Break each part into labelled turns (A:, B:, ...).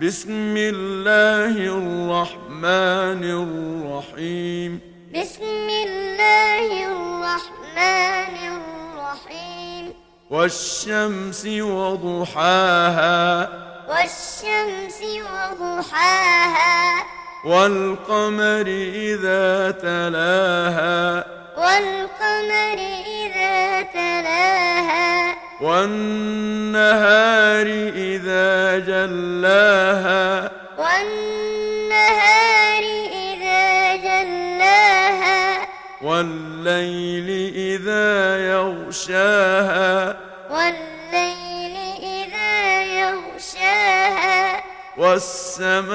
A: بسم الله الرحمن الرحيم
B: بسم الله الرحمن الرحيم
A: والشمس وضحاها
B: والشمس وضحاها
A: والقمر إذا تلاها
B: والقمر إذا تلاها
A: والنهار إذا جلاها
B: والنهار إذا جلاها
A: والليل إذا يغشاها
B: والليل إذا يغشاها
A: والسماء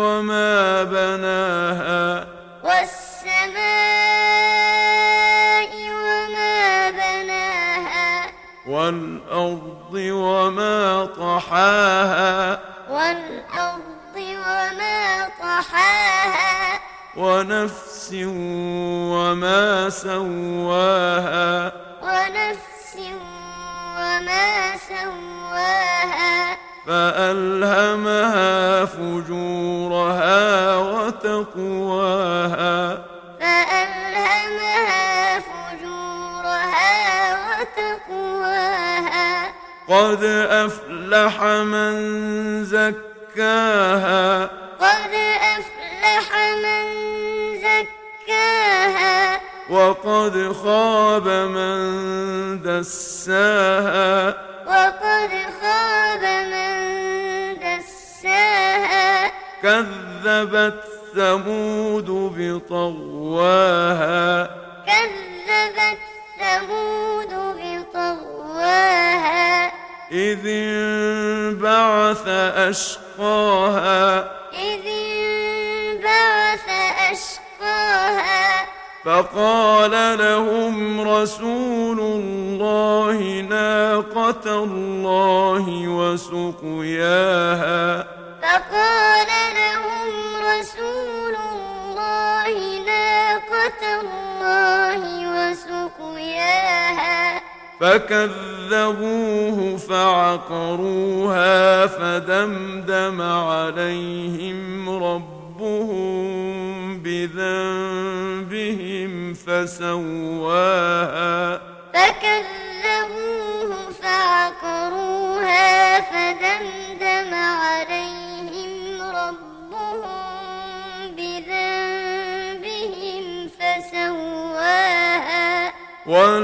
A: وما بناها
B: والسماء وما بناها
A: والأرض وما طحاها
B: والأرض وما طحاها
A: ونفس وما سواها
B: ونفس وما سواها فألهمها
A: فجورها وتقواها
B: فألهمها فجورها وتقواها
A: قد أفلح من زكاها
B: قد أفلح من زكاها
A: وقد خاب من دساها
B: وقد خاب من دساها
A: كذبت ثمود بطغواها
B: كذبت ثمود بطغواها
A: إذ انبعث أشقاها
B: إذ انبعث أشقاها
A: فقال لهم رسول الله ناقة الله وسقياها
B: فقال لهم رسول الله ناقة الله وسقياها
A: فكذبوه فعقروها فدمدم عليهم ربهم بذنبهم فسواها
B: فكذبوه فعقروها فدمدم عليهم ربهم بذنبهم فسواها
A: وما